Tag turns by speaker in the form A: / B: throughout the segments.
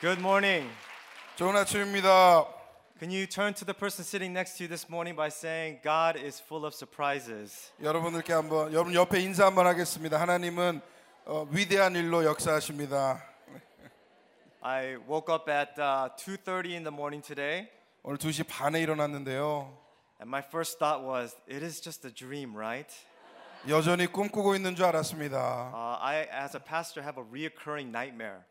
A: Good morning.
B: 좋은 아침입니다.
A: Can you turn to the person sitting next to you this morning by saying, God is full of surprises?
B: 여러분들께 한번 여러분 옆에 인사 한번 하겠습니다. 하나님은 어, 위대한 일로 역사하십니다.
A: I woke up at uh, 2:30 in the morning today,
B: 오늘 2시 반에 일어났는데요.
A: and my first thought was, "It is just a dream, right?"
B: 여전히 꿈꾸고 있는 줄 알았습니다.
A: Uh, I, as a pastor, have a reoccurring nightmare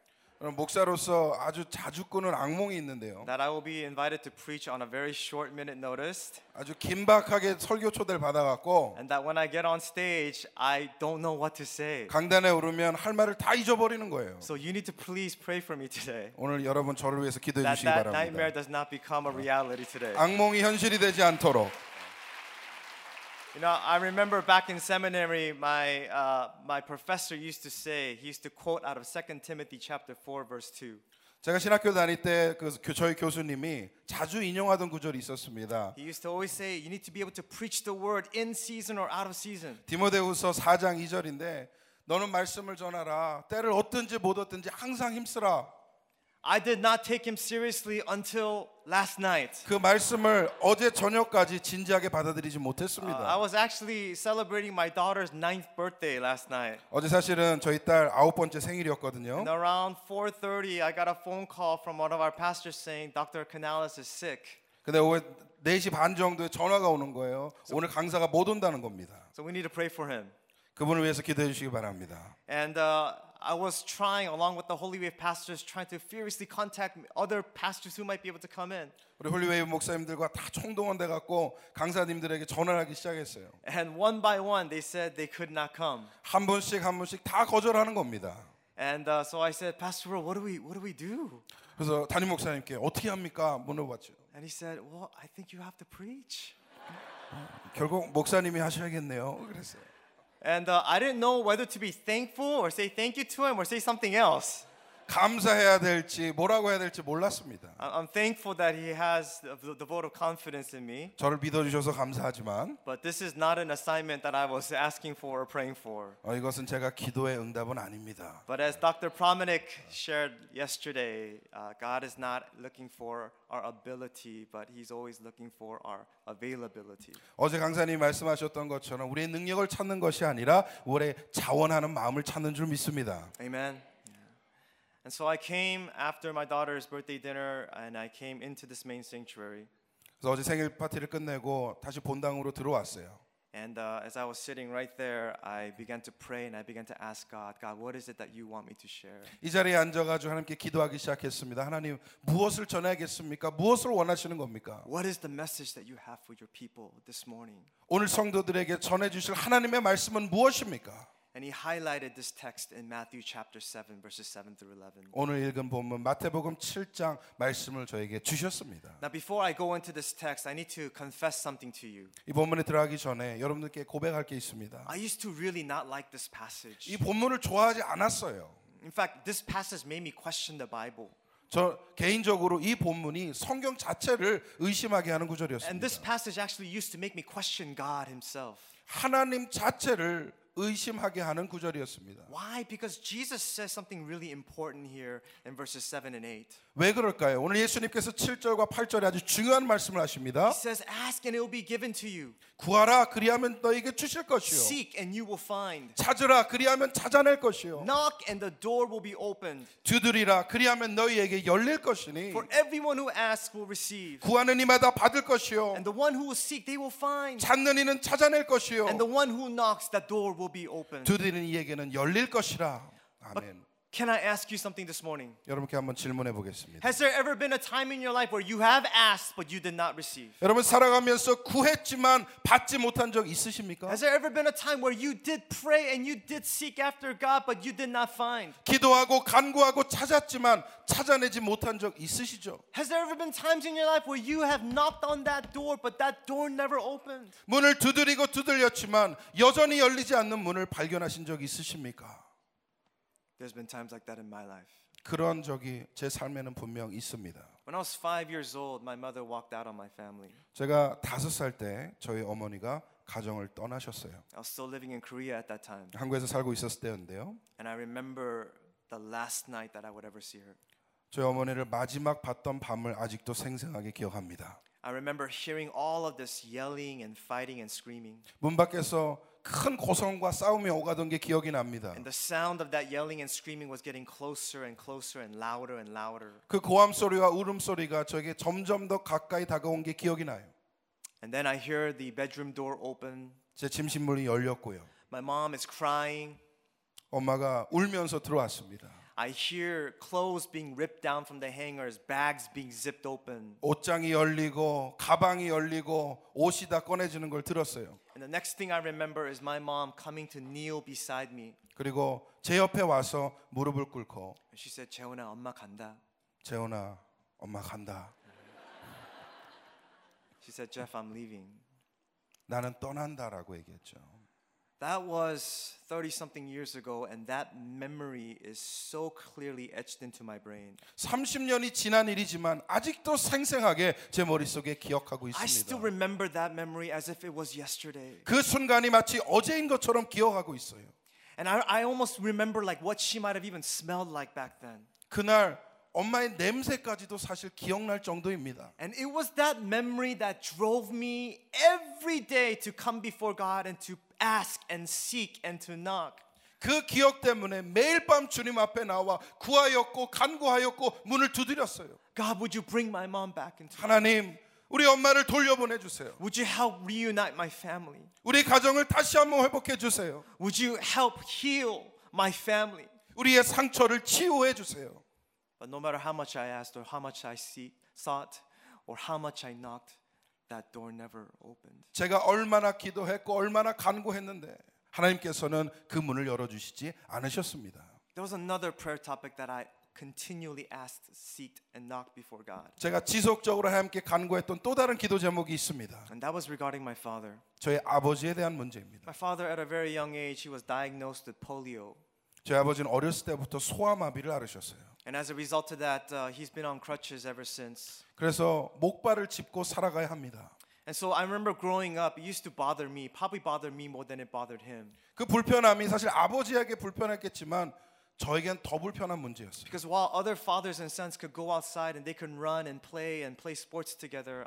B: 여러분, 목사로서 아주 자주 꾸는 악몽이 있는데요.
A: that I will be invited to preach on a very short minute notice,
B: 아주 긴박하게 설교 초대를 받아갖고
A: and that when I get on stage, I don't know what to say.
B: 강단에 오르면 할 말을 다 잊어버리는 거예요.
A: So you need to please pray for me today
B: 오늘 여러분 저를 위해서 기도해
A: that
B: 주시기
A: that nightmare
B: 바랍니다.
A: does not become a reality today.
B: 악몽이 현실이 되지 않도록
A: You know, I remember back in seminary, my, uh, my professor used to say, he used to quote out of 2 Timothy chapter 4, verse 2.
B: 제가 신학교 다닐 때그 저희 교수님이 자주 인용하던 구절이 있었습니다.
A: He used to always say, you need to be able to preach the word in season or out of season.
B: 디모데후서 4장 2절인데 너는 말씀을 전하라 때를 얻든지 못 얻든지 항상 힘쓰라
A: I did not take him seriously until last night.
B: 그 말씀을 어제 저녁까지 진지하게 받아들이지
A: Uh, I
B: 못했습니다
A: was actually celebrating my daughter's ninth birthday last night.
B: 어제 사실은 저희 딸 아홉 번째 생일이었거든요
A: And around 4:30, I got a phone call from one of our pastors saying Dr. Canales is sick.
B: 근데 오후 4시 반 정도에 전화가 오는 거예요 오늘 강사가 못 온다는 겁니다
A: So we need to pray for him.
B: 그분을 위해서 기도해 주시기 바랍니다
A: And uh, I was trying, along with the Holy Wave pastors, trying to furiously contact other pastors who might be able to come in.
B: 우리 홀리웨이 목사님들과 다 총동원 돼 갖고 강사님들에게 전화를 하기 시작했어요
A: And one by one, they said they could not come.
B: 한 분씩 한 분씩 다 거절하는 겁니다
A: And uh, so I said, Pastor, Ro, what do we, what do we do?
B: 그래서 담임 목사님께 어떻게 합니까 물어봤죠
A: And he said, Well, I think you have to preach.
B: 결국 목사님이 하셔야겠네요. 그랬어요.
A: And uh, I didn't know whether to be thankful or say thank you to him or say something else.
B: 감사해야 될지 뭐라고 해야 될지 몰랐습니다.
A: I- I'm thankful that he has the, the vote of confidence in me,
B: 저를 믿어주셔서 감사하지만
A: but this is not an assignment that I was asking for or praying for.
B: 어, 이것은 제가 기도의 응답은 아닙니다.
A: But as Dr. Promenik shared yesterday, uh, God is not looking for our ability, but He's always looking for our availability.
B: 어제 강사님 말씀하셨던 것처럼 우리의 능력을 찾는 것이 아니라 우리의 자원하는 마음을 찾는 줄 믿습니다.
A: Amen. And so I came after my daughter's birthday dinner and I came into this main sanctuary.
B: 그래서 어제 생일 파티를 끝내고 다시 본당으로 들어왔어요.
A: And uh, as I was sitting right there, I began to pray and I began to ask God, God, what is it that you want me to share?
B: 이 자리에 앉아가지고 하나님께 기도하기 시작했습니다. 하나님 무엇을 전해야겠습니까? 무엇을 원하시는 겁니까?
A: What is the message that you have for your people this morning?
B: 오늘 성도들에게 전해주실 하나님의 말씀은 무엇입니까?
A: And he highlighted this text in Matthew chapter 7, verses 7 through 11.
B: 오늘 읽은 본문 마태복음 7장 말씀을 저에게 주셨습니다.
A: Now, before I go into this text, I need to confess something to you.
B: 이 본문에 들어가기 전에 여러분들께 고백할 게 있습니다.
A: I used to really not like this passage.
B: 이 본문을 좋아하지 않았어요.
A: In fact, this passage made me question the Bible.
B: 저 개인적으로 이 본문이 성경 자체를 의심하게 하는
A: And
B: 구절이었습니다.
A: this passage actually used to make me question God Himself.
B: 하나님 자체를 의심하게 하는 구절이었습니다.
A: Why? Because Jesus says something really important here in verses 7 and 8.
B: 왜 그럴까요? 오늘 예수님께서 7절과 8절에 아주 중요한 말씀을 하십니다.
A: He says, Ask and it will be given to you,
B: 구하라 그리하면 너에게 주실 것이요.
A: seek and you will find,
B: 찾으라 그리하면 찾아낼 것이요.
A: knock and the door will be opened.
B: 두드리라 그리하면 너희에게 열릴 것이니
A: For everyone who asks will receive,
B: 구하는 이마다 받을 것이요.
A: and the one who will seek, they will find,
B: 찾는 이는 찾아낼 것이요
A: and the one who knocks, that door will be opened.
B: 두드리는 이에게는 열릴 것이라 아멘
A: Can I ask you something this morning?
B: 여러분께 한번 질문해 보겠습니다
A: Has there ever been a time in your life where you have asked but you did not receive?
B: 여러분 살아가면서 구했지만 받지 못한 적 있으십니까?
A: Has there ever been a time where you did pray and you did seek after God but you did not find?
B: 기도하고 간구하고 찾았지만 찾아내지 못한 적 있으시죠?
A: Has there ever been times in your life where you have knocked on that door but that door never opened?
B: 문을 두드리고 두들렸지만 여전히 열리지 않는 문을 발견하신 적 있으십니까?
A: There's been times like that in my life.
B: 그런 적이 제 삶에는 분명 있습니다
A: When I was five years old, my mother walked out on my family.
B: 제가 다섯 살 때 저희 어머니가 가정을 떠나셨어요
A: I was still living in Korea at that time,
B: 한국에서 살고 있었을 때였는데요
A: and I remember the last night that I would ever see her.
B: 저희 어머니를 마지막 봤던 밤을 아직도 생생하게 기억합니다.
A: I remember hearing all of this yelling and fighting and screaming.
B: 문 밖에서 큰 고성과 싸움이 오가던 게 기억이 납니다.
A: And the sound of that yelling and screaming was getting closer and closer and louder and louder.
B: 그 고함 소리와 울음 소리가 저에게 점점 더 가까이 다가온 게 기억이 나요.
A: And then I hear the bedroom door open.
B: 제 침실문이 열렸고요.
A: My mom is crying.
B: 엄마가 울면서 들어왔습니다.
A: I hear clothes being ripped down from the hangers, bags being zipped open.
B: 옷장이 열리고 가방이 열리고 옷이 다 꺼내지는 걸 들었어요.
A: And the next thing I remember is my mom coming to kneel beside me.
B: 그리고 제 옆에 와서 무릎을 꿇고
A: And she said, 재훈아, 엄마 간다.
B: 재훈아 엄마 간다.
A: She said, Jeff, I'm leaving.
B: 나는 떠난다라고 얘기했죠.
A: That was 30 something years ago, and that memory is so clearly etched into my brain.
B: 30년이 지난 일이지만 아직도 생생하게 제 머릿속에 기억하고
A: I still
B: 있습니다.
A: remember that memory as if it was yesterday.
B: 그 순간이 마치 어제인 것처럼 기억하고 있어요.
A: And I, I almost remember like what she might have even smelled like back then.
B: 그날 엄마의 냄새까지도 사실 기억날 정도입니다.
A: And it was that memory that drove me every day to come before God and to ask and seek and to knock.
B: 그 기억 때문에 매일 밤 주님 앞에 나와 구하였고 간구하였고 문을 두드렸어요.
A: God, would you bring my mom back into?
B: 하나님, 우리 엄마를 돌려보내 주세요.
A: Would you help reunite my family?
B: 우리 가정을 다시 한번 회복해 주세요.
A: Would you help heal my family?
B: 우리의 상처를 치유해 주세요.
A: But no matter how much I asked or how much I seek, sought or how much I knocked, that door never opened.
B: 제가 얼마나 기도했고 얼마나 간구했는데 하나님께서는 그 문을 열어 주시지 않으셨습니다.
A: There was another prayer topic that I continually asked, seeked, and knocked before God.
B: 제가 지속적으로 함께 간구했던 또 다른 기도 제목이 있습니다.
A: And that was regarding my father.
B: 저희 아버지에 대한 문제입니다.
A: My father, at a very young age, he was diagnosed with polio.
B: 저희 아버지는 어렸을 때부터 소아마비를 앓으셨어요.
A: And as a result of that, uh, he's been on crutches ever since.
B: 그래서 목발을 짚고 살아가야 합니다.
A: And so I remember growing up, it used to bother me, probably bothered me more than it bothered him.
B: 그 불편함이 사실 아버지에게 불편했겠지만 저에겐 더 불편한 문제였어요.
A: Because while other fathers and sons could go outside and they could run and play and play sports together,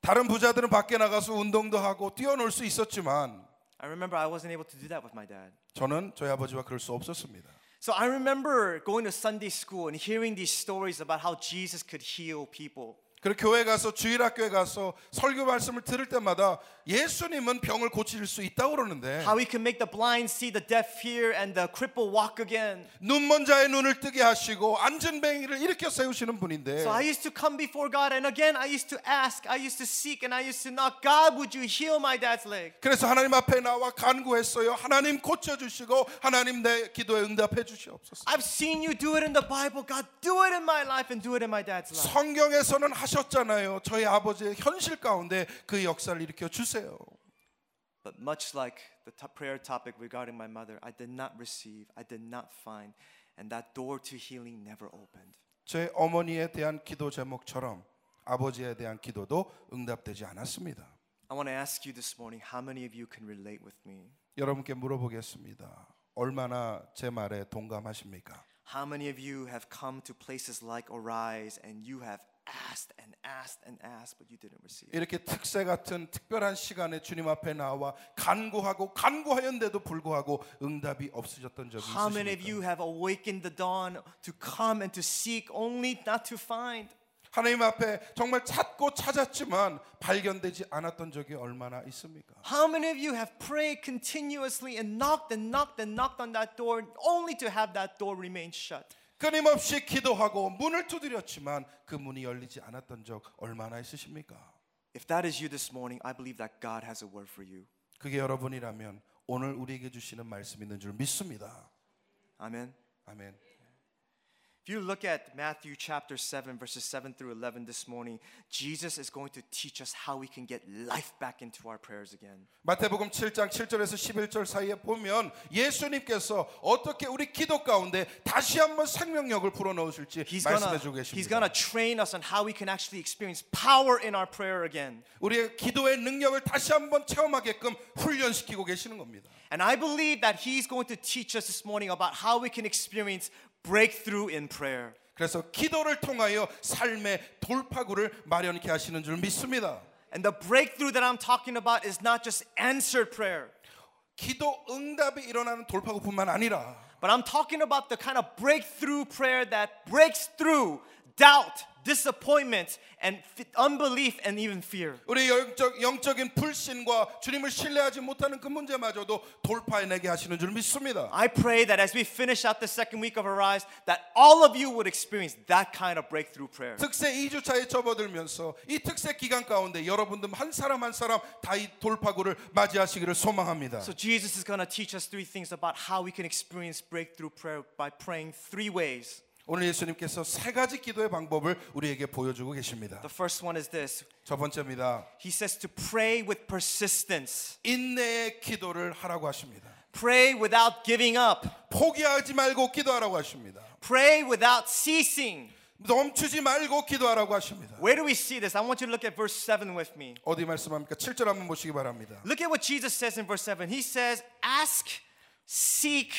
B: 다른 부자들은 밖에 나가서 운동도 하고 뛰어놀 수 있었지만
A: I remember I wasn't able to do that with my dad.
B: 저는 저희 아버지와 그럴 수 없었습니다.
A: So I remember going to Sunday school and hearing these stories about how Jesus could heal people.
B: 그리고 교회 가서 주일학교에 가서 설교 말씀을 들을 때마다 예수님은 병을 고칠 수 있다고 그러는데
A: How he can make the blind see, the deaf hear, and the cripple walk again.
B: 눈먼 자의 눈을 뜨게 하시고 앉은 뱅이를 일으켜 세우시는 분인데
A: So I used to come before God, and again, I used to ask, I used to seek, and I used to knock, God, would you heal my dad's leg?
B: 그래서 하나님 앞에 나와 간구했어요. 하나님 고쳐 주시고 하나님 내 기도에 응답해 주시옵소서.
A: I've seen you do it in the Bible. God, do it in my life and do it in my dad's life.
B: 성경에서는 하셨잖아요. 저희 아버지의 현실 가운데 그 역사를 일으켜 주세요.
A: But much like the to- prayer topic regarding my mother, I did not receive, I did not find, and that door to healing never opened.
B: 제 어머니에 대한 기도 제목처럼 아버지에 대한 기도도 응답되지 않았습니다.
A: I want to ask you this morning how many of you can relate with me?
B: 여러분께 물어보겠습니다. 얼마나 제 말에 동감하십니까?
A: How many of you have come to places like Arise and you have asked and asked and asked, but you didn't receive?
B: 이렇게 특세 같은 특별한 시간에 주님 앞에 나와 간구하고 간구하였는데도 불구하고 응답이 없으셨던 적이
A: How many of
B: 있으십니까?
A: you have awakened the dawn to come and to seek only not to find?
B: 하나님 앞에 정말 찾고 찾았지만 발견되지 않았던 적이 얼마나 있습니까?
A: How many of you have prayed continuously and knocked and knocked and knocked on that door only to have that door remain shut?
B: 끊임없이 기도하고 문을 두드렸지만 그 문이 열리지 않았던 적 얼마나 있으십니까?
A: If that is you this morning, I believe that God has a word for you.
B: 그게 여러분이라면 오늘 우리에게 주시는 말씀이 있는 줄 믿습니다.
A: Amen.
B: 아멘.
A: If you look at Matthew chapter 7, verses 7 through 11 this morning, Jesus is going to teach us how we can get life back into our prayers again.
B: 마태복음 7장 7절에서 11절 사이에 보면 예수님께서 어떻게 우리 기도 가운데 다시 한번 생명력을 불어넣으실지
A: He's
B: 말씀해
A: gonna,
B: 주고
A: he's
B: 계십니다.
A: gonna train us on how we can actually experience power in our prayer again.
B: 우리의 기도의 능력을 다시 한번 체험하게끔 훈련시키고 계시는 겁니다.
A: And I believe that he's going to teach us this morning about how we can experience breakthrough in prayer.
B: 그래서 기도를 통하여 삶의 돌파구를 마련케 하시는 줄 믿습니다.
A: And the breakthrough that I'm talking about is not just answered prayer,
B: 기도 응답이 일어나는 돌파구뿐만 아니라
A: but I'm talking about the kind of breakthrough prayer that breaks through doubt, disappointment, and f- unbelief, and even fear.
B: 우리 영적, 영적인 불신과 주님을 신뢰하지 못하는 그 문제마저도 돌파해내게 하시는 줄 믿습니다.
A: I pray that as we finish out the second week of Arise, that all of you would experience that kind of breakthrough prayer.
B: 특세 2주차에 접어들면서 이 특세 기간 가운데 여러분들 한 사람 한 사람 다 이 돌파구를 맞이하시기를 소망합니다.
A: So Jesus is going to teach us three things about how we can experience breakthrough prayer by praying three ways.
B: 오늘 예수님께서 세 가지 기도의 방법을 우리에게 보여주고 계십니다.
A: The first one is this.
B: 첫 번째입니다.
A: He says to pray with persistence.
B: 인내의 기도를 하라고 하십니다.
A: Pray without giving up.
B: 포기하지 말고 기도하라고 하십니다.
A: Pray without ceasing.
B: 넘치지 말고 기도하라고 하십니다.
A: Where do we see this? I want you to look at verse 7 with me.
B: 어디 말씀합니까? 7절 한번 보시기 바랍니다.
A: Look at what Jesus says in verse 7. He says, Ask, seek,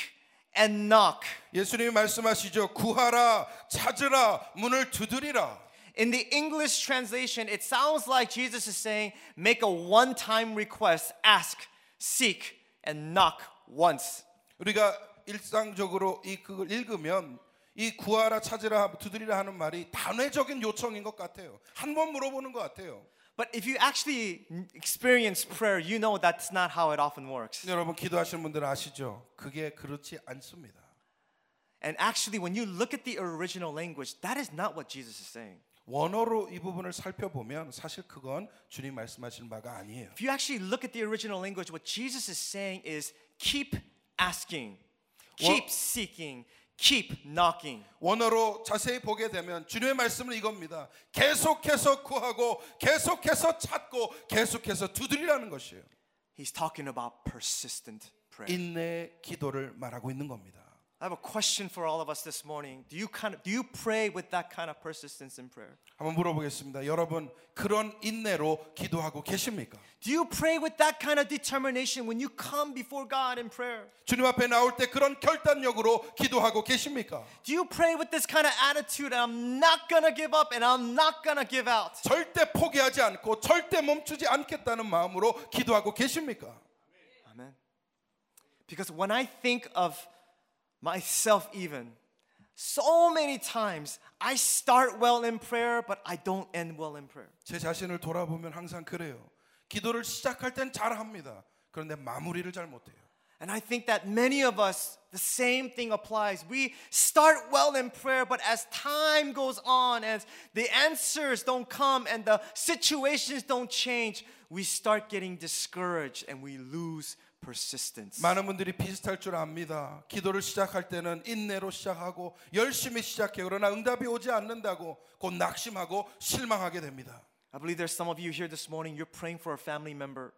A: and knock.
B: 예수님이 말씀하시죠. 구하라, 찾으라, 문을 두드리라.
A: In the English translation, it sounds like Jesus is saying, Make a one time request, ask, seek, and knock once.
B: 우리가 일상적으로 이 그걸 읽으면 이 구하라, 찾으라, 두드리라 하는 말이 단회적인 요청인 것 같아요. 한 번 물어보는 것 같아요.
A: But if you actually experience prayer, you know that's not how it often works.
B: 여러분 기도하시는 분들 아시죠? 그게 그렇지 않습니다.
A: And actually, when you look at the original language, that is not what Jesus is saying.
B: 원어로 이 부분을 살펴보면 사실 그건 주님 말씀하신 바가 아니에요.
A: If you actually look at the original language, what Jesus is saying is keep asking, keep
B: Well-
A: seeking, keep knocking.
B: 원어로 자세히 보게 되면 주님의 말씀은 이겁니다. 계속해서 구하고 계속해서 찾고 계속해서 두드리라는 것이에요.
A: He's talking about persistent prayer.
B: 인내 기도를 말하고 있는 겁니다.
A: I have a question for all of us this morning. Do you kind of do you pray with that kind of persistence in prayer?
B: 한번 물어보겠습니다. 여러분 그런 인내로 기도하고 계십니까?
A: Do you pray with that kind of determination when you come before God in prayer?
B: 주님 앞에 나올 때 그런 결단력으로 기도하고 계십니까?
A: Do you pray with this kind of attitude? I'm not gonna give up and I'm not gonna give out.
B: 절대 포기하지 않고 절대 멈추지 않겠다는 마음으로 기도하고 계십니까?
A: Amen. Because when I think of myself, even so many times I start well in prayer, but I don't end well in prayer.
B: 제 자신을 돌아보면 항상 그래요. 기도를 시작할 땐 잘합니다. 그런데 마무리를 잘 못해요.
A: And I think that many of us, the same thing applies. We start well in prayer, but as time goes on, as the answers don't come and the situations don't change, we start getting discouraged and we lose persistence.
B: 많은 분들이 비슷할 줄 압니다. 기도를 시작할 때는 인내로 시작하고 열심히 시작해 그러나 응답이 오지 않는다고 곧 낙심하고 실망하게 됩니다.
A: I believe there's some of you here this morning, you're praying for a family member,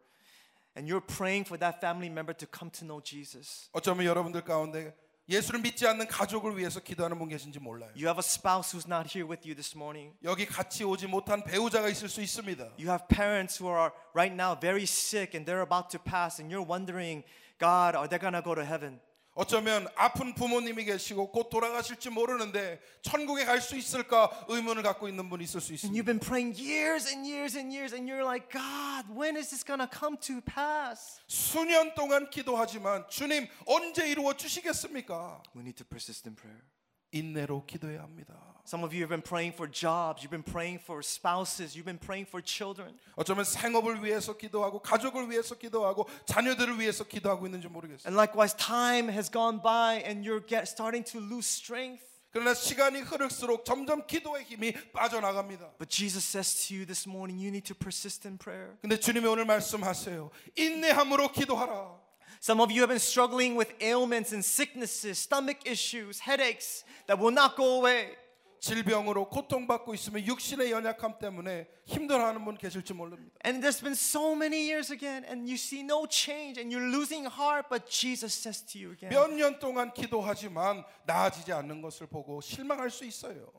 A: and you're praying for that family member to come to know Jesus.
B: 어쩌면 여러분들 가운데 예수를 믿지 않는 가족을 위해서 기도하는 분 계신지 몰라요.
A: You have a spouse who's not here with you this morning.
B: 여기 같이 오지 못한 배우자가 있을 수 있습니다.
A: You have parents who are right now very sick and they're about to pass, and you're wondering, God, are they gonna go to heaven?
B: 어쩌면 아픈 부모님이 계시고 곧 돌아가실지 모르는데 천국에 갈 수 있을까 의문을 갖고 있는 분이 있을 수
A: And
B: 있습니다.
A: you've been praying years and years and years, and you're like, God, when is this gonna come to pass?
B: 수년 동안 기도하지만 주님 언제 이루어 주시겠습니까?
A: We need to persist in prayer.
B: 인내로 기도해야 합니다.
A: Some of you have been praying for jobs, you've been praying for spouses, you've been praying for children.
B: 어쩌면 생업을 위해서 기도하고 가족을 위해서 기도하고 자녀들을 위해서 기도하고 있는지 모르겠어요.
A: And likewise, time has gone by and you're get, starting to lose strength.
B: 그러나 시간이 흐를수록 점점 기도의 힘이 빠져나갑니다.
A: But Jesus says to you this morning, you need to persist in prayer.
B: 근데 주님이 오늘 말씀하세요. 인내함으로 기도하라.
A: Some of you have been struggling with ailments and sicknesses, stomach issues, headaches that will not go away.
B: 질병으로 고통받고 있으면 육신의 연약함 때문에 힘들어하는 분 계실지 모릅니다.
A: And there's been so many years again, and you see no change, and you're losing heart. But Jesus says to you again,
B: 몇 년 동안 기도하지만 나아지지 않는 것을 보고 실망할 수 있어요.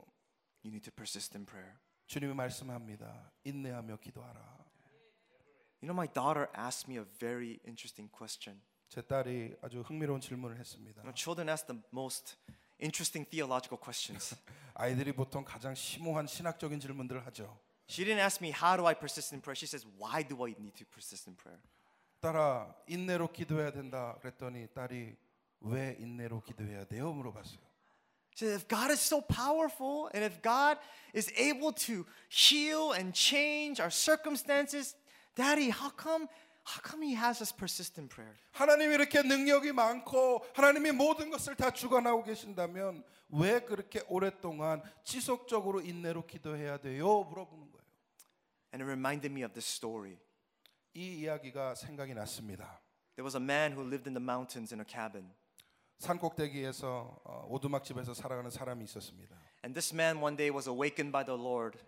A: you need to persist in prayer.
B: 주님이 말씀합니다. 인내하며 기도하라.
A: You know, my daughter asked me a very interesting question.
B: 제 딸이 아주 흥미로운 질문을 했습니다.
A: You know, children ask the most interesting theological questions.
B: 아이들이 보통 가장 심오한 신학적인 질문들을 하죠.
A: she didn't ask me, How do I persist in prayer? She says, Why do I need to persist in prayer?
B: 딸아 인내로 기도해야 된다 그랬더니 딸이 왜 인내로 기도해야 돼요 물어봤어요.
A: She said, If God is so powerful and if God is able to heal and change our circumstances, Daddy, how come? How come he has us persist in prayer?
B: 하나님이 이렇게 능력이 많고 하나님이 모든 것을 다 주관하고 계신다면 왜 그렇게 오랫동안 지속적으로 인내로 기도해야 돼요 물어보는 거예요.
A: And it reminded me of this story.
B: 이 이야기가 생각이 났습니다.
A: There was a man who lived in the mountains in a cabin.
B: 산 꼭대기에서 어, 오두막 집에서 살아가는 사람이 있었습니다.
A: And this man one day was awakened by the Lord.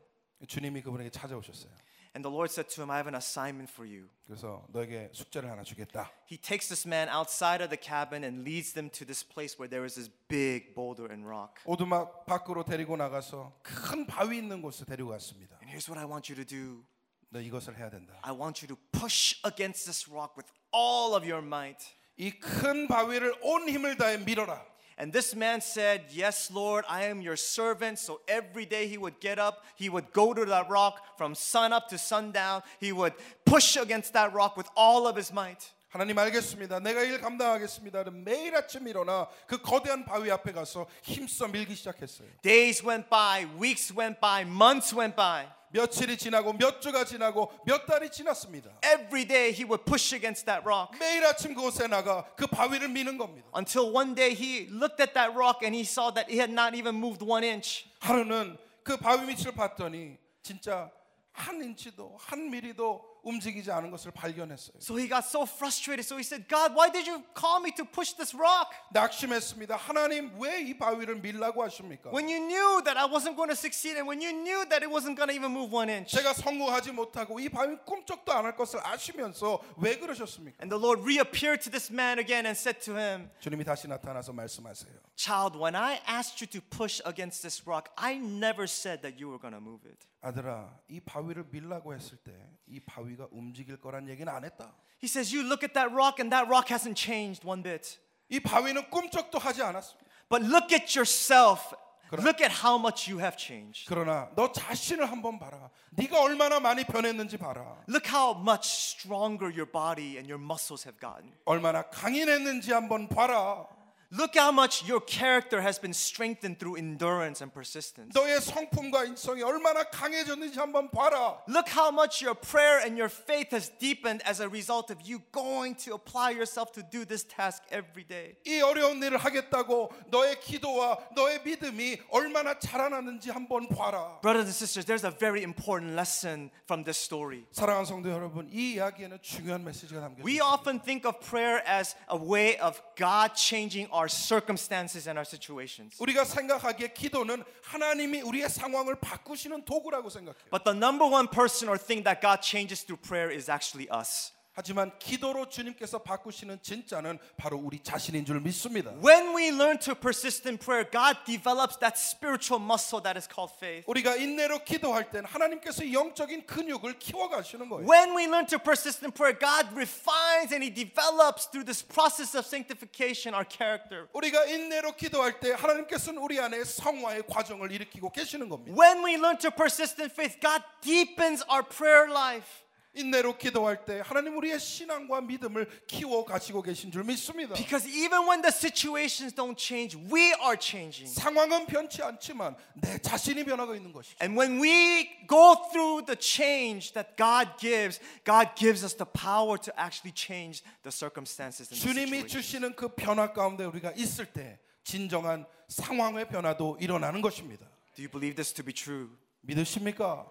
B: 주님이 그분에게 찾아오셨어요.
A: And the Lord said to him, I have an assignment for you.
B: 그래서 너에게 숙제를 하나 주겠다.
A: He takes this man outside of the cabin and leads them to this place where there is this big boulder and rock.
B: 오두막 밖으로 데리고 나가서 큰 바위 있는 곳에 데리고 갔습니다.
A: And here's what I want you to do
B: 너 이것을 해야 된다.
A: I want you to push against this rock with all of your might.
B: 이 큰 바위를 온 힘을 다해 밀어라.
A: And this man said, Yes, Lord, I am your servant. So every day he would get up, he would go to that rock from sunup to sundown. He would push against that rock with all of his might.
B: 하나님 알겠습니다. 내가 일 감당하겠습니다. 매일 아침 일어나 그 거대한 바위 앞에 가서 힘써 밀기 시작했어요.
A: Days went by, weeks went by, months went by.
B: 며칠이 지나고 몇 주가 지나고 몇 달이 지났습니다.
A: Every day he would push against that rock
B: 매일 아침 그곳에 나가 그 바위를 미는 겁니다.
A: until one day he looked at that rock and he saw that it had not even moved one inch.
B: 하루는 그 바위 밑을 봤더니 진짜 한 인치도 한 미리도 움직이지 않은 것을 발견했어요.
A: So he got so frustrated. So he said, God, why did you call me to push this rock
B: 낙심했습니다. 하나님 왜 이 바위를 밀라고 하십니까?
A: when you knew that I wasn't going to succeed and when you knew that it wasn't going to even move one inch?
B: 제가 성공하지 못하고 이 바위 꿈쩍도 안 할 것을 아시면서 왜 그러셨습니까?
A: And the Lord reappeared to this man again and said to him,
B: 주님이 다시 나타나서 말씀하세요.
A: Child, when I asked you to push against this rock, I never said that you were going to move it.
B: 아들아, 이 바위를 밀라고 했을 때 이 바위가 움직일 거란 얘기는 안 했다.
A: He says, You look at that rock and that rock hasn't changed one bit.
B: 이 바위는 꿈쩍도 하지 않았습니다.
A: But look at yourself.
B: 그럼-
A: Look at how much you have changed.
B: 그러나 너 자신을 한번 봐라. 네가 얼마나 많이 변했는지 봐라.
A: Look how much stronger your body and your muscles have gotten.
B: 얼마나 강인했는지 한번 봐라.
A: Look how much your character has been strengthened through endurance and persistence.
B: 너의 성품과 인성이 얼마나 강해졌는지 한번 봐라.
A: Look how much your prayer and your faith has deepened as a result of you going to apply yourself to do this task every day.
B: 이 어려운 일을 하겠다고 너의 기도와 너의 믿음이 얼마나 자라나는지 한번 봐라.
A: Brothers and sisters, there's a very important lesson from this story.
B: 사랑하는 성도 여러분, 이 이야기에는 중요한 메시지가 담겨
A: We
B: 있습니다.
A: often think of prayer as a way of God changing our circumstances and our situations.
B: 우리가 생각하기에 기도는 하나님이 우리의 상황을 바꾸시는 도구라고 생각해요.
A: But the number one person or thing that God changes through prayer is actually us.
B: 하지만 기도로 주님께서 바꾸시는 진짜는 바로 우리 자신인 줄 믿습니다.
A: When we learn to persist in prayer, God develops that spiritual muscle that is called faith.
B: 우리가 인내로 기도할 땐 하나님께서 이 영적인 근육을 키워가시는 거예요.
A: When we learn to persist in prayer, God refines and He develops through this process of sanctification our character.
B: 우리가 인내로 기도할 때 하나님께서는 우리 안에 성화의 과정을 일으키고 계시는 겁니다.
A: When we learn to persist in faith, God deepens our prayer life.
B: 인내로 기도할 때 하나님 우리의 신앙과 믿음을 키워 가시고 계신 줄 믿습니다.
A: Because even when the situations don't change, we are changing.
B: 상황은 변치 않지만 내 자신이 변하고 있는 것이죠.
A: And when we go through the change that God gives, God gives us the power to actually change the circumstances and the
B: 주님이
A: situation.
B: 주시는 그 변화 가운데 우리가 있을 때 진정한 상황의 변화도 일어나는 것입니다.
A: Do you believe this to be true?
B: 믿으십니까?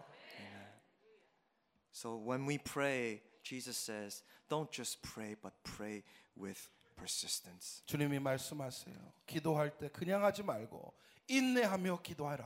A: So when we pray, Jesus says, don't just pray, but pray with persistence.
B: 주님이 말씀하세요. 기도할 때 그냥 하지 말고 인내하며 기도하라.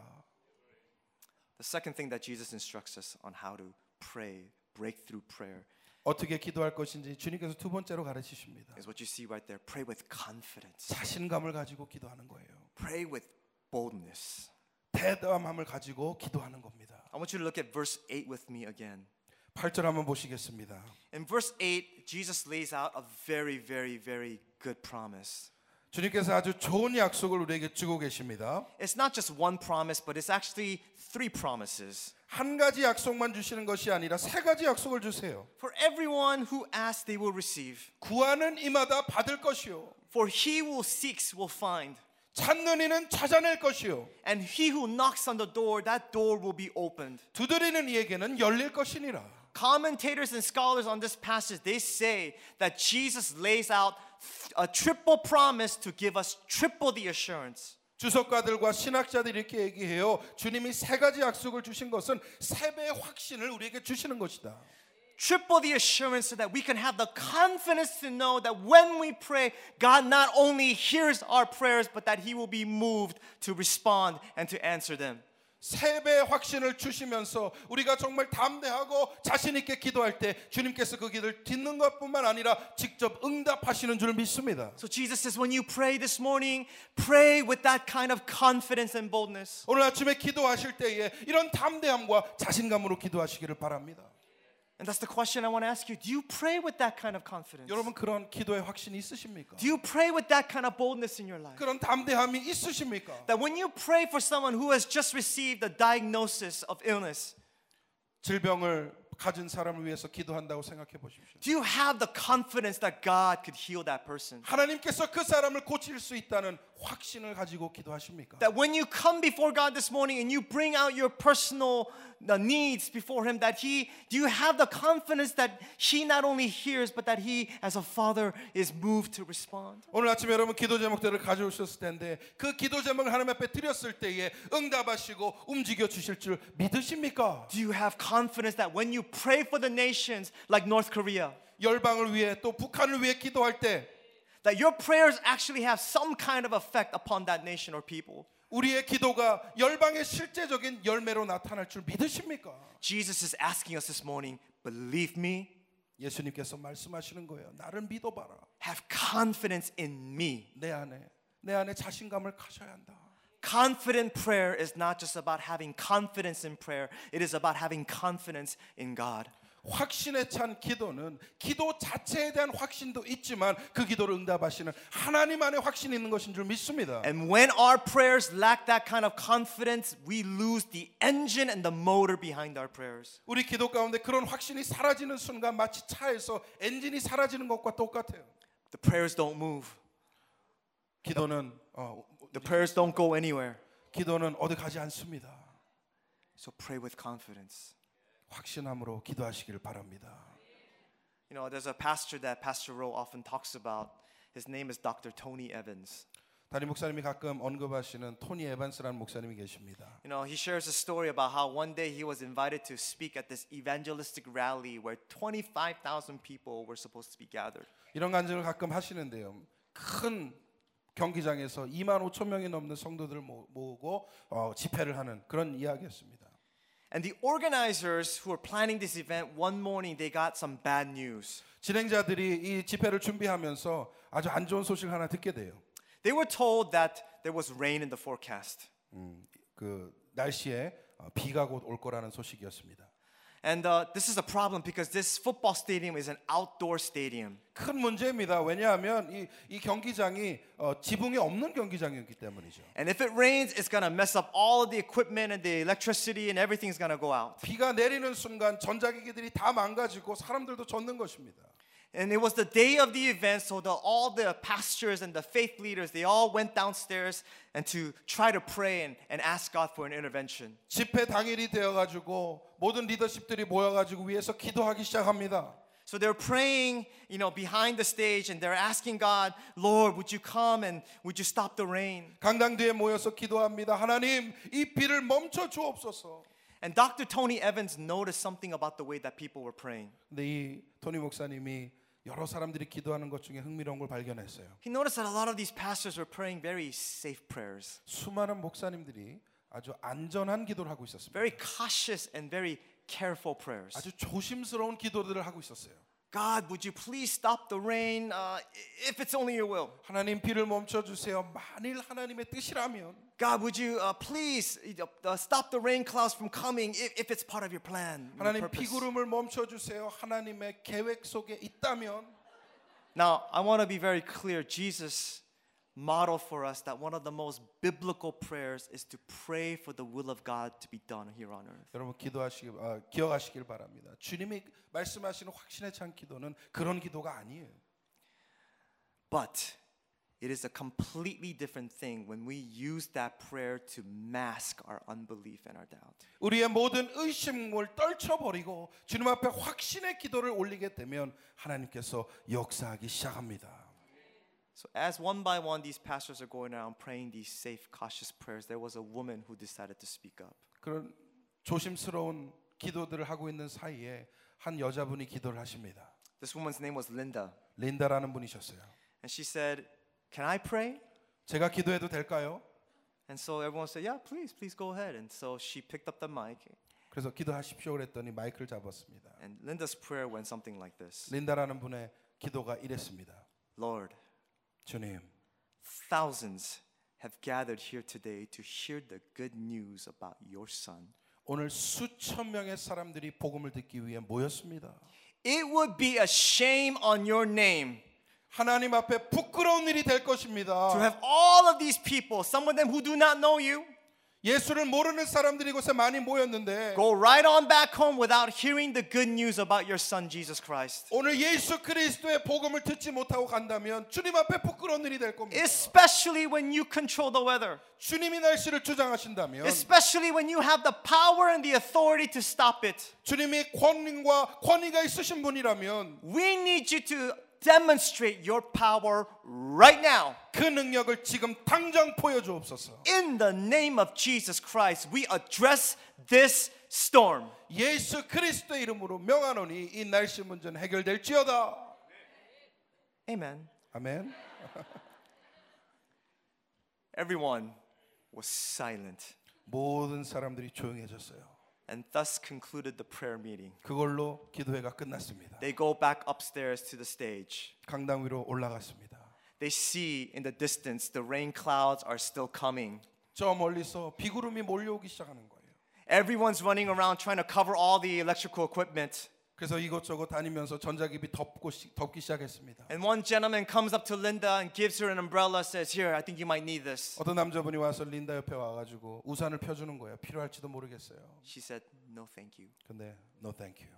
A: The second thing that Jesus instructs us on how to pray, breakthrough prayer,
B: 어떻게 기도할 것인지 주님께서 두 번째로 가르치십니다.
A: is what you see right there. Pray with confidence,
B: 자신감을 가지고 기도하는 거예요.
A: pray with boldness.
B: 대담함을 가지고 기도하는 겁니다.
A: I want you to look at verse 8 with me again.
B: 8절 한번 보시겠습니다.
A: In verse 8, Jesus lays out a very, very, very good promise.
B: 주님께서 아주 좋은 약속을 우리에게 주고 계십니다.
A: It's not just one promise, but it's actually three promises.
B: 한 가지 약속만 주시는 것이 아니라 세 가지 약속을 주세요.
A: For everyone who asks, they will receive.
B: 구하는 이마다 받을 것이요.
A: For he who seeks will find.
B: 찾는 이는 찾아낼 것이요.
A: And he who knocks on the door, that door will be opened.
B: 두드리는 이에게는 열릴 것이니라.
A: Commentators and scholars on this passage, they say that Jesus lays out th- a triple promise to give us triple the assurance.
B: 주석가들과 신학자들이 이렇게 얘기해요. 주님이 세 가지 약속을 주신 것은 세 배의 확신을 우리에게 주시는 것이다.
A: Triple the assurance so that we can have the confidence to know that when we pray, God not only hears our prayers, but that He will be moved to respond and to answer them.
B: 세 배의 확신을 주시면서 우리가 정말 담대하고 자신 있게 기도할 때 주님께서 그 기도를 듣는 것뿐만 아니라 직접 응답하시는 줄 믿습니다.
A: So Jesus says, when you pray this morning, pray with that kind of confidence and boldness.
B: 오늘 아침에 기도하실 때에 이런 담대함과 자신감으로 기도하시기를 바랍니다.
A: And that's the question I want to ask you. Do you pray with that kind of confidence?
B: 여러분 그런 기도의 확신이 있으십니까?
A: Do you pray with that kind of boldness in your life?
B: 그런 담대함이 있으십니까?
A: That when you pray for someone who has just received a diagnosis of illness,
B: 질병을 가진 사람을 위해서 기도한다고 생각해 보십시오.
A: do you have the confidence that God could heal that person?
B: 하나님께서 그 사람을 고칠 수 있다는 확신을 가지고 기도하십니까?
A: That when you come before God this morning and you bring out your personal uh, needs before Him, that He, do you have the confidence that He not only hears, but that He, as a Father, is moved to respond?
B: 오늘 아침에 여러분 기도 제목들을 가져오셨을 텐데 그 기도 제목을 하나님 앞에 드렸을 때에 응답하시고 움직여 주실 줄 믿으십니까?
A: Do you have confidence that when you pray for the nations like North Korea,
B: 열방을 위해 또 북한을 위해 기도할 때
A: that your prayers actually have some kind of effect upon that nation or people?
B: 우리의 기도가 열방의 실제적인 열매로 나타날 줄 믿으십니까?
A: Jesus is asking us this morning, believe me,
B: 예수님께서 말씀하시는 거예요. 나를 믿어봐라.
A: have confidence in me.
B: 내 안에 내 안에 자신감을 가져야 한다.
A: Confident prayer is not just about having confidence in prayer, it is about having confidence in God.
B: 확신에 찬 기도는 기도 자체에 대한 확신도 있지만 그 기도를 응답하시는 하나님 안에 확신이 있는 것인 줄 믿습니다.
A: And when our prayers lack that kind of confidence, we lose the engine and the motor behind our prayers.
B: 우리 기도 가운데 그런 확신이 사라지는 순간 마치 차에서 엔진이 사라지는 것과 똑같아요.
A: The prayers don't move,
B: 기도는 어,
A: the prayers don't go anywhere.
B: 기도는 어디 가지 않습니다.
A: So pray with confidence.
B: 확신함으로 기도하시길 바랍니다.
A: You know, there's a pastor that Pastor Rowe often talks about. His name is Dr. Tony Evans.
B: 담임 목사님이 가끔 언급하시는 토니 에반스라는 목사님이 계십니다.
A: You know, he shares a story about how one day he was invited to speak at this evangelistic rally where 25,000 people were supposed to be gathered.
B: 이런 간증을 가끔 하시는데요. 큰 경기장에서 2만 5천 명이 넘는 성도들을 모- 모으고 어, 집회를 하는 그런 이야기였습니다.
A: And the organizers who were planning this event one morning, they got some bad news.
B: 진행자들이 이 집회를 준비하면서 아주 안 좋은 소식을 하나 듣게 돼요.
A: They were told that there was rain in the forecast.
B: 음, 그 날씨에 어, 비가 곧 올 거라는 소식이었습니다.
A: And uh, this is a problem because this football stadium is an outdoor stadium.
B: 큰 문제입니다. 왜냐하면 이, 이 경기장이 어, 지붕이 없는 경기장이었기 때문이죠.
A: And if it rains, it's gonna mess up all of the equipment and the electricity and everything's gonna go out.
B: 비가 내리는 순간 전자기기들이 다 망가지고 사람들도 젖는 것입니다.
A: And it was the day of the event, so the, all the pastors and the faith leaders, they all went downstairs and to try to pray and, and ask God for an intervention.
B: 집회 당일이 되어가지고 모든 리더십들이 모여가지고 위에서 기도하기 시작합니다.
A: So they're praying, you know, behind the stage and they're asking God, Lord, would you come and would you stop the rain?
B: 강당 뒤에 모여서 기도합니다. 하나님, 이 비를 멈춰 주옵소서.
A: And Dr. Tony Evans noticed something about the way that people were praying.
B: 근데 이 토니 목사님이 여러 사람들이 기도하는 것 중에 흥미로운 걸 발견했어요.
A: He noticed that a lot of these pastors were praying very safe prayers,
B: 수많은 목사님들이 아주 안전한 기도를 하고 있었습니다.
A: very cautious and very careful prayers.
B: 아주 조심스러운 기도들을 하고 있었어요.
A: God, would you please stop the rain uh, if it's only your will?
B: 하나님 비를 멈춰 주세요. 만일 하나님의 뜻이라면
A: God, would you uh, please uh, stop the rain clouds from coming if, if it's part of your plan? your
B: 하나님
A: purpose?
B: 비구름을 멈춰 주세요. 하나님의 계획 속에 있다면
A: Now, I want to be very clear. Jesus model for us that one of the most biblical prayers is to pray for the will of God to be done here on earth.
B: 여러분 기도하시기 아, 기억하시길 바랍니다. 주님이 말씀하시는 확신에 찬 기도는 그런 기도가 아니에요.
A: But it is a completely different thing when we use that prayer to mask our unbelief and our doubt.
B: 우리의 모든 의심을 떨쳐버리고 주님 앞에 확신의 기도를 올리게 되면 하나님께서 역사하기 시작합니다.
A: So, as one by one these pastors are going around praying these safe, cautious prayers, there was a woman who decided to speak up.
B: 그런 조심스러운 기도들을 하고 있는 사이에 한 여자분이 기도를 하십니다.
A: This woman's name was Linda,
B: 린다라는 분이셨어요.
A: and she said, Can I pray?
B: 제가 기도해도 될까요?
A: And so everyone said, Yeah, please, please go ahead. And so she picked up the mic,
B: 그래서 기도하십시오 그랬더니 마이크를 잡았습니다.
A: and Linda's prayer went something like this
B: 린다라는 분의 기도가 이랬습니다.
A: Lord,
B: 주님,
A: thousands have gathered here today to hear the good news about your son.
B: 오늘 수천 명의 사람들이 복음을 듣기 위해 모였습니다.
A: It would be a shame on your name
B: 하나님 앞에 부끄러운 일이 될
A: to
B: 것입니다.
A: have all of these people, some of them who do not know you,
B: 예수를 모르는 사람들이 이곳에 많이 모였는데
A: go right on back home without hearing the good news about your son, Jesus Christ.
B: 오늘 예수 그리스도의 복음을 듣지 못하고 간다면 주님 앞에 부끄러운 일이 될 겁니다.
A: Especially when you control the weather,
B: 주님이 날씨를 주장하신다면
A: especially when you have the power and the authority to stop it.
B: 주님이 권능과 권위가 있으신 분이라면
A: We need you to demonstrate your power right now.
B: 그 능력을 지금 당장 보여주옵소서.
A: In the name of Jesus Christ, we address this storm.
B: 예수 그리스도 의 이름으로 명하노니 이 날씨 문제는 해결될지어다.
A: Amen.
B: 아멘.
A: Everyone was silent
B: 모든 사람들이 조용해졌어요.
A: and thus concluded the prayer meeting.
B: 그걸로 기도회가 끝났습니다.
A: They go back upstairs to the stage.
B: 강당 위로 올라갔습니다.
A: They see in the distance the rain clouds are still coming.
B: 저 멀리서 비구름이 몰려오기 시작하는 거예요.
A: Everyone's running around trying to cover all the electrical equipment.
B: 그래서 이것저것 다니면서 전자기비 덮고 시, 덮기 시작했습니다.
A: And one gentleman comes up to Linda and gives her an umbrella, says, Here, I think you might need this.
B: 어떤 남자분이 와서 린다 옆에 와가지고 우산을 펴주는 거예요. 필요할지도 모르겠어요.
A: She said, No, thank you.
B: 근데 no thank you.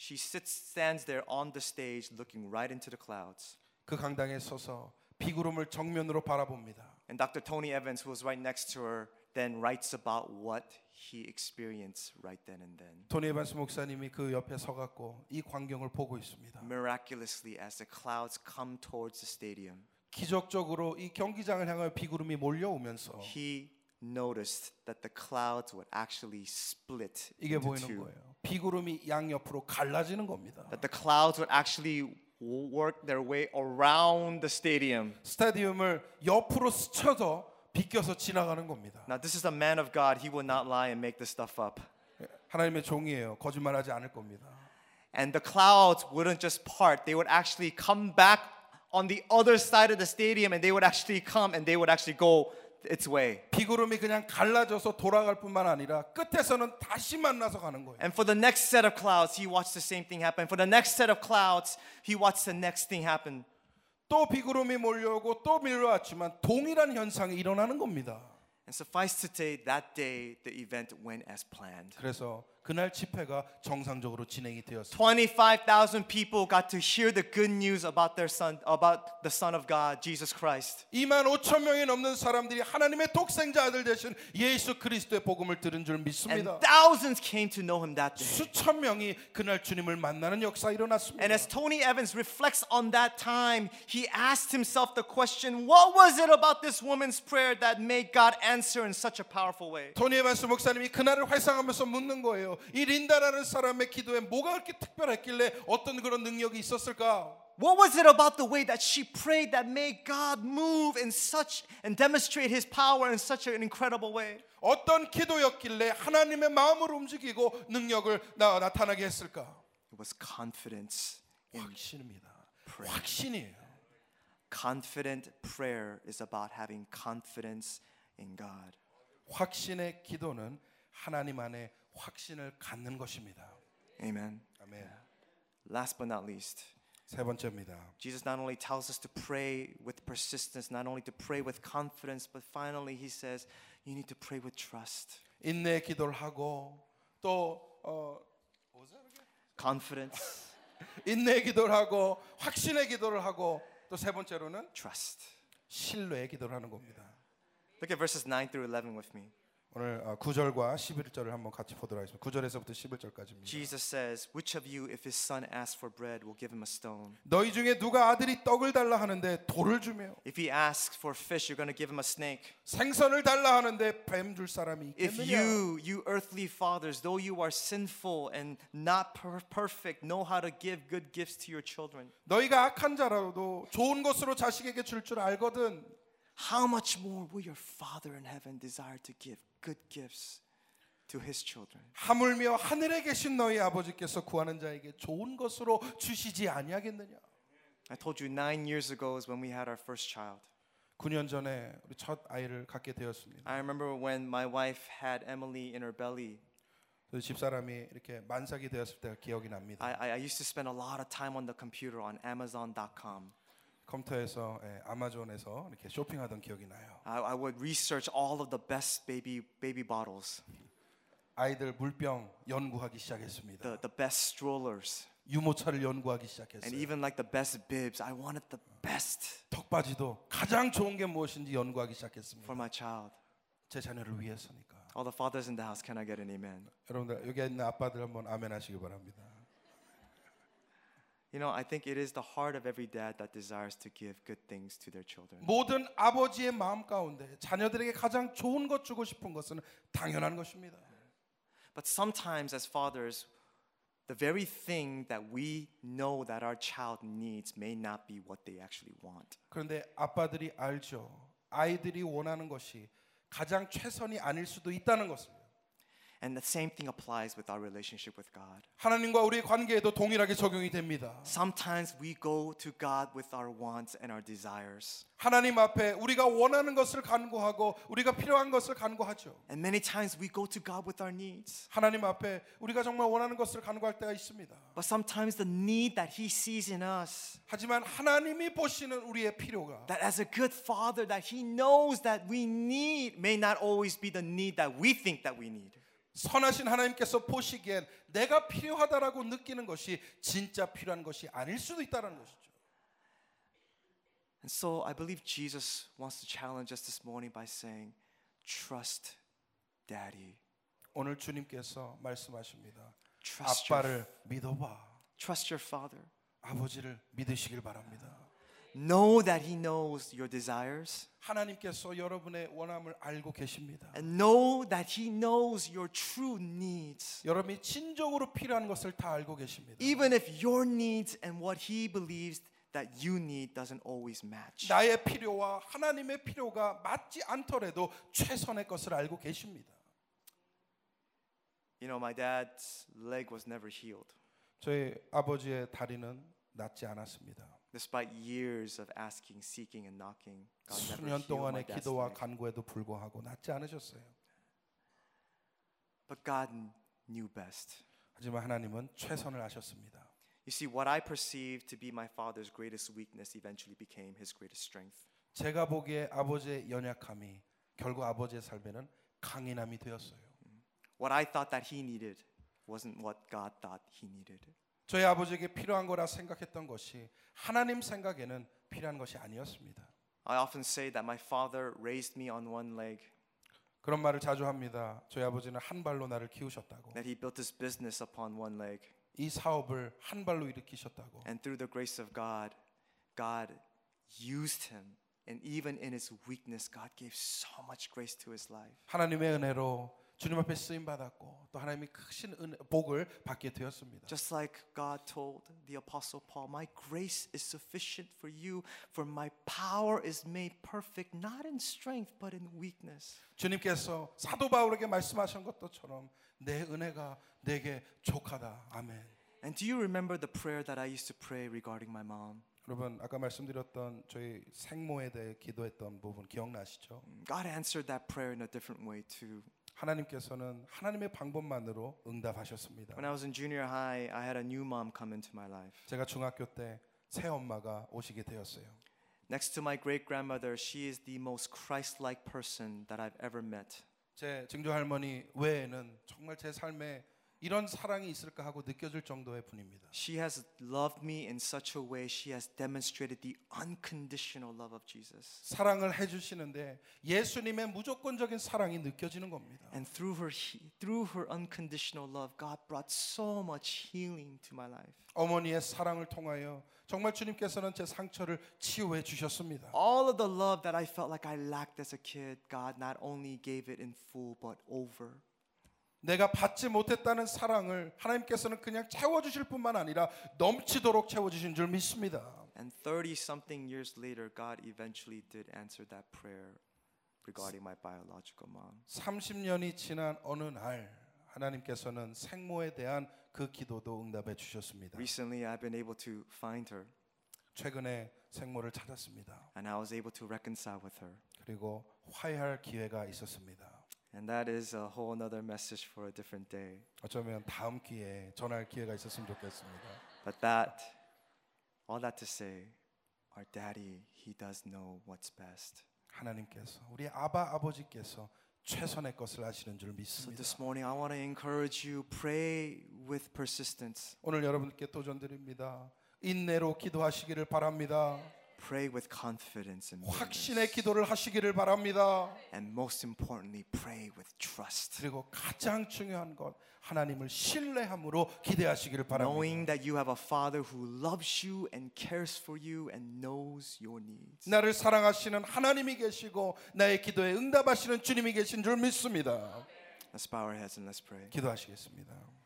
A: She sits, stands there on the stage looking right into the clouds.
B: 그 강당에 서서 비구름을 정면으로 바라봅니다.
A: And Dr. Tony Evans, who was right next to her, then writes about what he experienced right then and then.
B: 토니 에반스 목사님이 그 옆에 서갖고 이 광경을 보고 있습니다.
A: Miraculously, as the clouds come towards the stadium,
B: 기적적으로 이 경기장을 향하여 비구름이 몰려오면서
A: he noticed that the clouds would actually split
B: 이게
A: into
B: 보이는
A: two.
B: 거예요. 비구름이 양옆으로 갈라지는 겁니다.
A: That the clouds would actually work their way around the stadium.
B: 스타디움을 옆으로 스쳐서 비껴서 지나가는 겁니다.
A: Now, this is a man of God. He will not lie and make this stuff up.
B: 하나님의 종이에요. 거짓말하지 않을 겁니다.
A: And the clouds wouldn't just part, they would actually come back on the other side of the stadium and they would actually come and they would actually go its way.
B: 비구름이 그냥 갈라져서 돌아갈 뿐만 아니라 끝에서는 다시 만나서 가는 거예요.
A: And for the next set of clouds, he watched the same thing happen. For the next set of clouds, he watched the next thing happen.
B: 또 비구름이 몰려오고 또 밀려왔지만 동일한 현상이 일어나는 겁니다.
A: And suffice to say, that day the event went as planned.
B: 그래서 그날 집회가 정상적으로 진행이 되었습니다.
A: 25,000 people got to hear the good news about their son, about the Son of God, Jesus Christ.
B: 2만 5천 명이 넘는 사람들이 하나님의 독생자 아들 되신 예수 그리스도의 복음을 들은 줄
A: And
B: 믿습니다.
A: thousands came to know him that day.
B: 수천 명이 그날 주님을 만나는 역사 일어났습니다.
A: And as Tony Evans reflects on that time, he asked himself the question what was it about this woman's prayer that made God answer in such a powerful way?
B: 토니 에반스 목사님이 그날을 활상하면서 묻는 거예요. 이 린다라는 사람의 기도에 뭐가 그렇게 특별했길래 어떤 그런 능력이 있었을까?
A: What was it about the way that she prayed that made God move in such and demonstrate his power in such an incredible way?
B: 어떤 기도였길래 하나님의 마음을 움직이고 능력을 나, 나타나게 했을까?
A: It was confidence.
B: 확신입니다. 확신이에요.
A: Confident prayer is about having confidence in God.
B: 확신의 기도는 하나님 안에 확신을 갖는 것입니다.
A: Amen.
B: 아멘.
A: Last but not least,
B: 세 번째입니다.
A: Jesus not only tells us to pray with persistence, not only to pray with confidence, but finally he says, you need to pray with trust.
B: 인내 기도를 하고 또 어,
A: Confidence,
B: 인내 기도를 하고 확신의 기도를 하고 또 세 번째로는
A: trust.
B: 신뢰의 기도를 하는 겁니다.
A: Look at verses 9 through 11 with me.
B: 오늘 어, 9절과 11절을 한번 같이 보도록 하겠습니다. 9절에서부터 11절까지입니다.
A: Jesus says, Which of you, if his son asks for bread, will give him a stone?
B: 너희 중에 누가 아들이 떡을 달라 하는데 돌을 주며
A: If he asks for fish, you're going to give him a snake.
B: 생선을 달라 하는데 뱀 줄 사람이
A: If
B: 있겠느냐?
A: you, you earthly fathers, though you are sinful and not per- perfect, know how to give good gifts to your children,
B: 너희가 악한 자라도 좋은 것으로 자식에게 줄 줄 알거든
A: how much more will your Father in heaven desire to give good gifts to his children?
B: 하물며 하늘에 계신 너희 아버지께서 구하는 자에게 좋은 것으로 주시지 아니하겠느냐?
A: I told you nine years ago is when we had our first child.
B: 9년 전에 우리 첫 아이를 갖게 되었습니다.
A: I remember when my wife had Emily in her belly.
B: 저희 집사람이 이렇게 만삭이 되었을 때가 기억이 납니다.
A: I, I, I used to spend a lot of time on the computer on Amazon.com.
B: 컴퓨터에서 예, 아마존에서 이렇게 쇼핑하던 기억이 나요.
A: I, I would research all of the best baby baby bottles,
B: 아이들 물병 연구하기 시작했습니다.
A: the, the best strollers,
B: 유모차를 연구하기
A: and
B: 시작했어요.
A: even like the best bibs. I wanted the best
B: 턱받이도 가장 좋은 게 무엇인지 연구하기 시작했습니다.
A: for my child.
B: 제 자녀를 위해서니까.
A: All the fathers in the house, can I get an amen?
B: 여러분들 여기 있는 아빠들 한번 아멘 하시기 바랍니다.
A: You know, I think it is the heart of every dad that desires to give good things to their children.
B: 모든 아버지의 마음 가운데 자녀들에게 가장 좋은 것 주고 싶은 것은 당연한 것입니다.
A: But sometimes, as fathers, the very thing that we know that our child needs may not be what they actually want.
B: 그런데 아빠들이 알죠. 아이들이 원하는 것이 가장 최선이 아닐 수도 있다는 것입니다.
A: And the same thing applies with our relationship with God.
B: 하나님과 우리의 관계에도 동일하게 적용이 됩니다.
A: Sometimes we go to God with our wants and our desires.
B: 하나님 앞에 우리가 원하는 것을 간구하고 우리가 필요한 것을 간구하죠.
A: And many times we go to God with our needs.
B: 하나님 앞에 우리가 정말 원하는 것을 간구할 때가 있습니다.
A: But sometimes the need that he sees in us,
B: 하지만 하나님이 보시는 우리의 필요가
A: that as a good father that he knows that we need may not always be the need that we think that we need.
B: 선하신 하나님께서 보시기엔 내가 필요하다라고 느끼는 것이 진짜 필요한 것이 아닐 수도 있다는 것이죠.
A: And so I believe Jesus wants to challenge us this morning by saying, trust daddy.
B: 오늘 주님께서 말씀하십니다.
A: Trust your,
B: 아빠를 믿어봐.
A: trust your father.
B: 아버지를 믿으시길 바랍니다.
A: Know that he knows your desires
B: 하나님께서 여러분의 원함을 알고 계십니다.
A: and know that he knows your true needs.
B: 여러분이 진정으로 필요한 것을 다 알고 계십니다.
A: even if your needs and what he believes that you need doesn't always match.
B: 나의 필요와 하나님의 필요가 맞지 않더라도 최선의 것을 알고 계십니다.
A: You know, my dad's leg was never healed
B: 저희 아버지의 다리는 낫지 않았습니다.
A: despite years of asking, seeking and knocking. God never
B: 수년
A: healed my
B: 동안의
A: dad's
B: 기도와
A: leg.
B: 간구에도 불구하고 낫지 않으셨어요.
A: But God knew best.
B: 하지만 하나님은 최선을 아셨습니다.
A: You see, what I perceived to be my father's greatest weakness eventually became his greatest strength.
B: 제가 보기에 아버지의 연약함이 결국 아버지의 삶에는 강인함이 되었어요.
A: What I thought that he needed wasn't what God thought he needed.
B: 저희 아버지에게 필요한 거라 생각했던 것이 하나님 생각에는 필요한 것이 아니었습니다.
A: I often say that my father raised me on one leg,
B: 그런 말을 자주 합니다. 저희 아버지는 한 발로 나를 키우셨다고.
A: that he built his business upon one leg.
B: 이 사업을 한 발로 일으키셨다고.
A: And through the grace of God, God used him. And even in his weakness, God gave so much grace to his life.
B: 하나님의 은혜로 주님 앞에 쓰임 받았고 또 하나님이 크신 은 복을 받게 되었습니다.
A: Just like God told the Apostle Paul, My grace is sufficient for you, for my power is made perfect, not in strength, but in weakness.
B: 주님께서 사도 바울에게 말씀하신 것처럼 내 은혜가 내게 족하다. 아멘.
A: And do you remember the prayer that I used to pray regarding my mom?
B: 여러분 아까 말씀드렸던 저희 생모에 대해 기도했던 부분 기억나시죠?
A: God answered that prayer in a different way too.
B: 하나님께서는 하나님의 방법만으로 응답하셨습니다.
A: When I was in junior high, I had a new mom come into my life.
B: 제가 중학교 때 새 엄마가 오시게 되었어요.
A: Next to my great grandmother, she is the most Christ like person that I've ever met.
B: 제 증조 할머니 외에는 정말 제 삶에 이런 사랑이 있을까 하고 느껴질 정도의 분입니다.
A: She has loved me in such a way, she has demonstrated the unconditional love of Jesus.
B: 사랑을 해주시는데 예수님의 무조건적인 사랑이 느껴지는 겁니다.
A: And through her, he- through her unconditional love, God brought so much healing to my life.
B: 어머니의 사랑을 통하여 정말 주님께서는 제 상처를 치유해 주셨습니다.
A: All of the love that I felt like I lacked as a kid, God not only gave it in full, but over.
B: 내가 받지 못했다는 사랑을 하나님께서는 그냥 채워주실 뿐만 아니라 넘치도록 채워주신 줄 믿습니다.
A: And 30 something years later, God eventually did answer that prayer regarding my biological mom.
B: 30년이 지난 어느 날 하나님께서는 생모에 대한 그 기도도 응답해 주셨습니다.
A: Recently, I've been able to find her,
B: 최근에 생모를 찾았습니다.
A: and I was able to reconcile with her.
B: 그리고 화해할 기회가 있었습니다.
A: And that is a whole nother message for a different day.
B: 어쩌면 다음 기회에 전할 기회가 있었으면 좋겠습니다.
A: But that, all that to say, our daddy, he does know what's best.
B: 하나님께서 우리 아바 아버지께서 최선의 것을 아시는 줄
A: So
B: 믿습니다.
A: this morning, I want to encourage you pray with persistence,
B: 오늘 여러분께 도전드립니다. 인내로 기도하시기를 바랍니다.
A: pray with confidence and
B: 확신의 기도를 하시기를 바랍니다.
A: and most importantly, pray with trust.
B: 그리고 가장 중요한 것 하나님을 신뢰함으로 기대하시기를 바랍니다.
A: knowing that you have a father who loves you and cares for you and knows your needs.
B: 나를 사랑하시는 하나님이 계시고 나의 기도에 응답하시는 주님이 계신 줄 믿습니다. 네.
A: Let's bow our heads and let's pray.
B: 기도하시겠습니다.